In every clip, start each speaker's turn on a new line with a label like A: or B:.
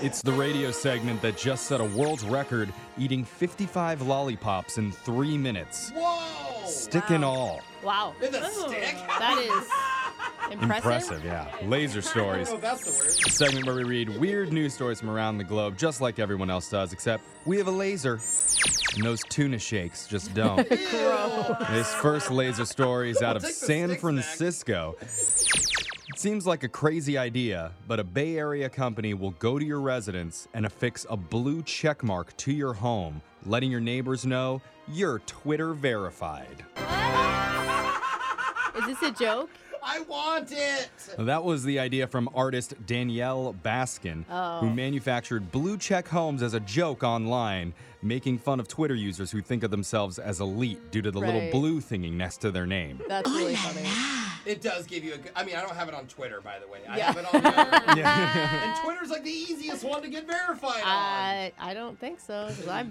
A: It's the radio segment that just set a world record eating 55 lollipops in three minutes.
B: Whoa!
A: Stick and all.
C: Wow.
B: With a stick?
C: That is impressive.
A: Impressive, yeah. Laser stories.
B: Oh, that's the word.
A: The segment where we read weird news stories from around the globe, just like everyone else does, except we have a laser. And those tuna shakes just don't. This first laser story is out of
B: Take the
A: San
B: sticks back.
A: Francisco. It seems like a crazy idea, but a Bay Area company will go to your residence and affix a blue check mark to your home, letting your neighbors know you're Twitter verified.
C: Is this a joke?
B: I want it!
A: Now, That was the idea from artist Danielle Baskin, who manufactured blue check homes as a joke online, making fun of Twitter users who think of themselves as elite due to the little
C: Right.
A: blue thingy next to their name.
C: That's
B: Oh,
C: really funny.
B: It does give you a good. I mean, I don't have it on Twitter, by the way. I
C: Yeah.
B: have it on there.
A: Yeah.
B: and Twitter's like the easiest one to get verified on.
C: I, I don't think so because I'm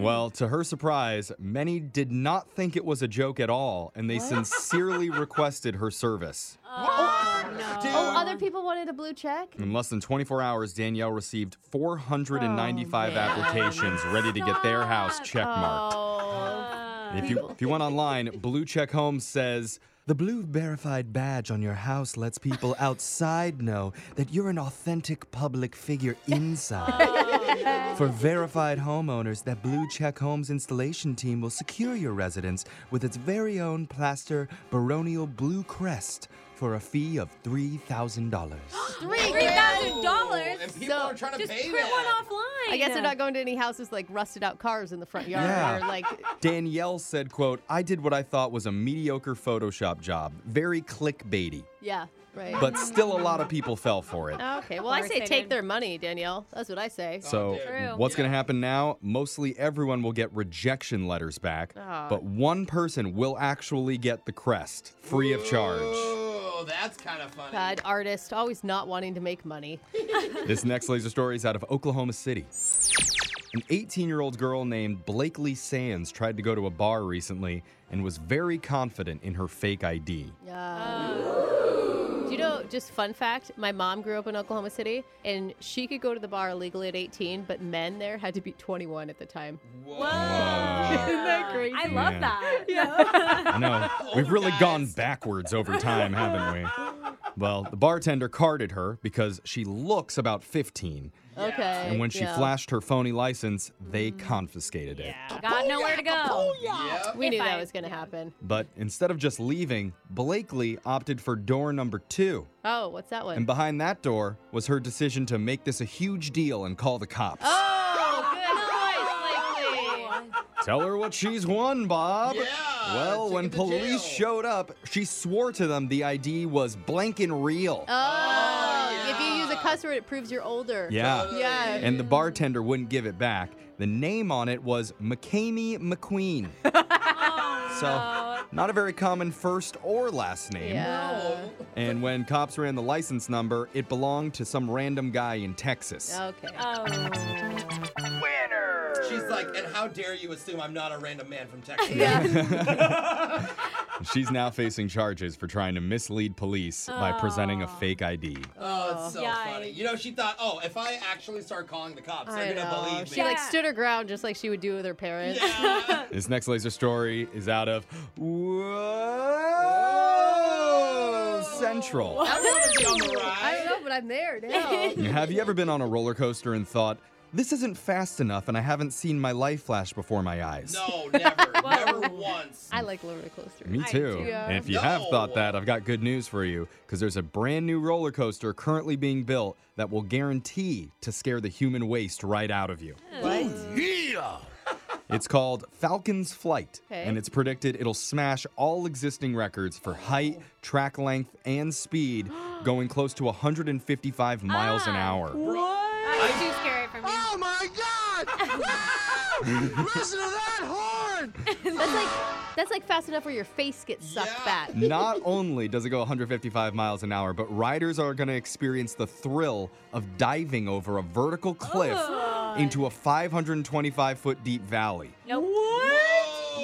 A: well, to her surprise, many did not think it was a joke at all, and they sincerely requested her service.
D: Uh,
B: Dude,
C: Oh, other people wanted a blue check?
A: In less than 24 hours, Danielle received 495
C: Oh, man.
A: applications ready to get their house checkmarked.
C: Oh.
A: If you if you went online, Blue Check Home says the blue verified badge on your house lets people outside know that you're an authentic public figure inside. For verified homeowners, that Blue Check Homes installation team will secure your residence with its very own plaster baronial blue crest for a fee of $3,000.
C: Three
D: Three
C: grand.
D: thousand dollars.
B: And people
C: So,
B: are trying to
D: Just
B: pay
D: print
B: that.
D: one offline.
C: I guess they're not going to any houses like rusted out cars in the front yard
A: Yeah.
C: or like
A: Danielle said, quote, I did what I thought was a mediocre Photoshop job, very clickbaity,
C: yeah, right.
A: but still a lot of people fell for it.
C: okay, well I say
D: They
C: take
D: did.
C: their money, Danielle. That's what I say.
A: So,
B: dude.
D: True.
A: what's going to happen now? Mostly everyone will get rejection letters back,
C: Aw.
A: but one person will actually get the crest free of charge.
B: Ooh, that's kind of funny.
C: God, artist always not wanting to make money.
A: this next laser story is out of Oklahoma City. An 18 year old girl named Blakely Sands tried to go to a bar recently and was very confident in her fake ID.
C: Do you know, just fun fact, my mom grew up in Oklahoma City and she could go to the bar legally at 18, but men there had to be 21 at the time.
B: Whoa.
C: Isn't that crazy?
D: I love
A: Yeah.
D: that.
A: I know. We've really
B: guys.
A: gone backwards over time, haven't we? Well, the bartender carded her because she looks about 15.
C: Okay.
A: And when she
C: yeah.
A: flashed her phony license, they
B: Mm.
A: confiscated it.
D: Got nowhere to go.
B: Yep.
C: we knew that
D: fine.
C: was going to happen.
A: But instead of just leaving, Blakely opted for door number two.
C: Oh, what's that one?
A: And behind that door was her decision to make this a huge deal and call the cops.
C: oh, good choice, Blakely.
A: Tell her what she's won, Bob.
B: Yeah,
A: well,
B: take
A: when
B: it to
A: police
B: jail.
A: showed up, she swore to them the ID was blank and real.
C: Oh, if you use a cuss word, it proves you're older.
A: Yeah.
C: Yeah.
A: and the bartender wouldn't give it back. The name on it was McCamey McQueen. so, not a very common first or last name.
C: Yeah.
A: And when cops ran the license number, it belonged to some random guy in Texas.
C: Okay.
D: Oh.
B: She's like, and how dare you assume I'm not a random man from Texas?
A: She's now facing charges for trying to mislead police by presenting a fake ID.
B: Oh, it's so
D: Yeah,
B: funny.
D: I-
B: You know, she thought, oh, if I actually start calling the cops,
C: I
B: they're going to
C: know.
B: believe me.
C: She like
D: Yeah.
C: stood her ground just like she would do with her parents.
B: Yeah.
A: This next laser story is out of Whoa Central.
B: I want to be on the ride.
C: I don't know, but I'm there now.
A: Have you ever been on a roller coaster and thought, this isn't fast enough and I haven't seen my life flash before my eyes?
B: No, never. never once.
C: I like roller coasters.
A: Me too.
D: do.
A: And if you have
B: No.
A: thought that, I've got good news for you because there's a brand new roller coaster currently being built that will guarantee to scare the human waste right out of you.
C: What?
A: It's called Falcon's Flight,
C: Okay.
A: and it's predicted it'll smash all existing records for height, track length, and speed, going close to 155 miles an
C: Ah,
A: hour.
D: That's too scary for me.
E: Oh my God! Wow! Listen to that horn!
C: That's like that's like fast enough where your face gets sucked
B: Yeah.
C: back.
A: Not only does it go 155 miles an hour, but riders are going to experience the thrill of diving over a vertical cliff
C: Oh. Uh,
A: into a 525 foot deep valley.
D: No. What?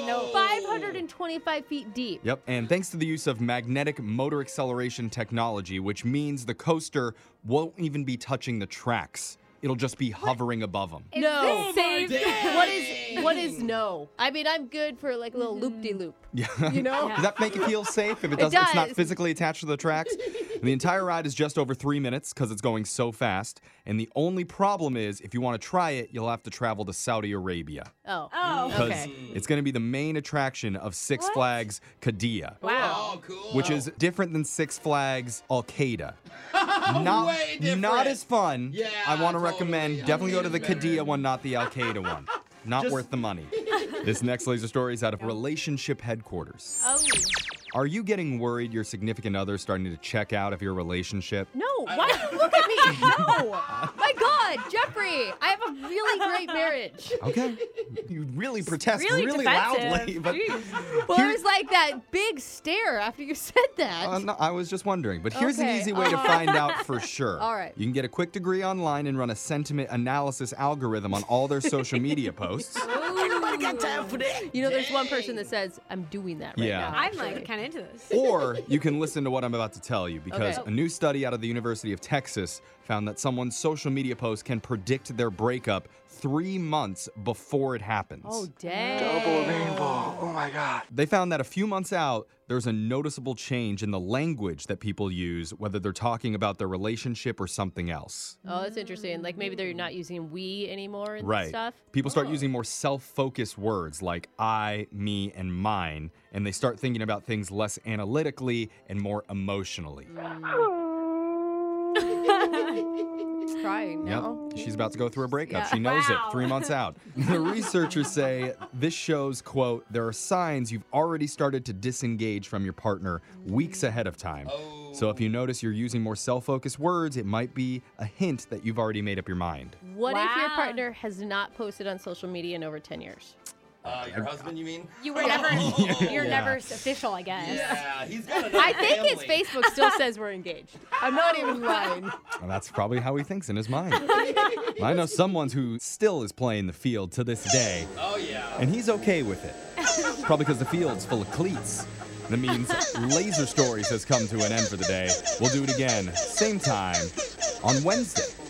D: No.
C: 525 feet deep.
A: Yep, and thanks to the use of magnetic motor acceleration technology, which means the coaster won't even be touching the tracks. It'll just be hovering above them.
C: No. Oh
D: Is this-
C: What is what is no? I mean, I'm good for like a little loop de loop.
A: Yeah.
C: You know?
A: does that make you feel safe if it
C: It
A: doesn't? It's not
C: does.
A: physically attached to the tracks. And the entire ride is just over three minutes because it's going so fast. And the only problem is, if you want to try it, you'll have to travel to Saudi Arabia
C: Oh.
D: Oh.
A: because
C: Okay.
A: it's going to be the main attraction of Six
D: What?
A: Flags Qadiyah,
D: Wow.
B: Oh, cool.
A: which is different than Six Flags Al Qaeda. Not,
B: Way different.
A: not as fun.
B: Yeah,
A: I want to
B: totally.
A: recommend
B: Al
A: definitely go to
B: Qaeda's
A: the
B: better.
A: Qadiyah one, not the Al Qaeda one. Not
B: Just-
A: worth the money. this next laser story is out of relationship headquarters.
D: Oh.
A: Are you getting worried your significant other starting to check out of your relationship?
C: No, why do you look at me? No. My God, Jeffrey, I have a really great marriage.
A: Okay. You really protest
D: Really,
A: really,
D: defensive.
A: loudly, but
D: Jeez.
C: Well, it was like that big stare after you said that.
A: Uh, no, I was just wondering. But here's an
C: Okay, Uh-huh.
A: easy way to find out for sure.
C: All right.
A: You can get a quick degree online and run a sentiment analysis algorithm on all their social media posts.
C: You know, there's one person that says, I'm doing that right
A: Yeah.
C: now.
D: I'm
C: actually."
D: like kind of into this.
A: Or you can listen to what I'm about to tell you because
C: Okay.
A: a new study out of the University of Texas found that someone's social media posts can predict their breakup three months before it happens.
C: oh, dang.
E: Double rainbow. Oh my god.
A: They found that a few months out, there's a noticeable change in the language that people use, whether they're talking about their relationship or something else.
C: Oh, that's interesting. Like maybe they're not using we anymore and stuff. Oh.
A: People start using more self focused words like I, me, and mine, and they start thinking about things less analytically and more emotionally.
C: Mm. Crying now.
A: Yep. She's about to go through a breakup.
C: Yeah.
A: She knows
D: Wow.
A: it. Three months out. The researchers say this shows, quote, there are signs you've already started to disengage from your partner
C: Mm.
A: weeks ahead of time. So
C: Oh.
A: if you notice you're using more self-focused words, it might be a hint that you've already made up your mind.
C: What if your
D: Wow.
C: partner has not posted on social media in over 10 years?
B: Uh, your husband, you mean? Oh.
D: You were never, you're
A: Yeah.
D: never official, I guess.
B: Yeah, he's got another
C: I think his
B: family.
C: Facebook still says we're engaged. I'm not even lying.
A: And that's probably how he thinks in his mind. I know someone who still is playing the field to this day,
B: Oh yeah.
A: and he's okay with it. Probably because the field's full of cleats. That means Laser Stories has come to an end for the day. We'll do it again, same time, on Wednesday.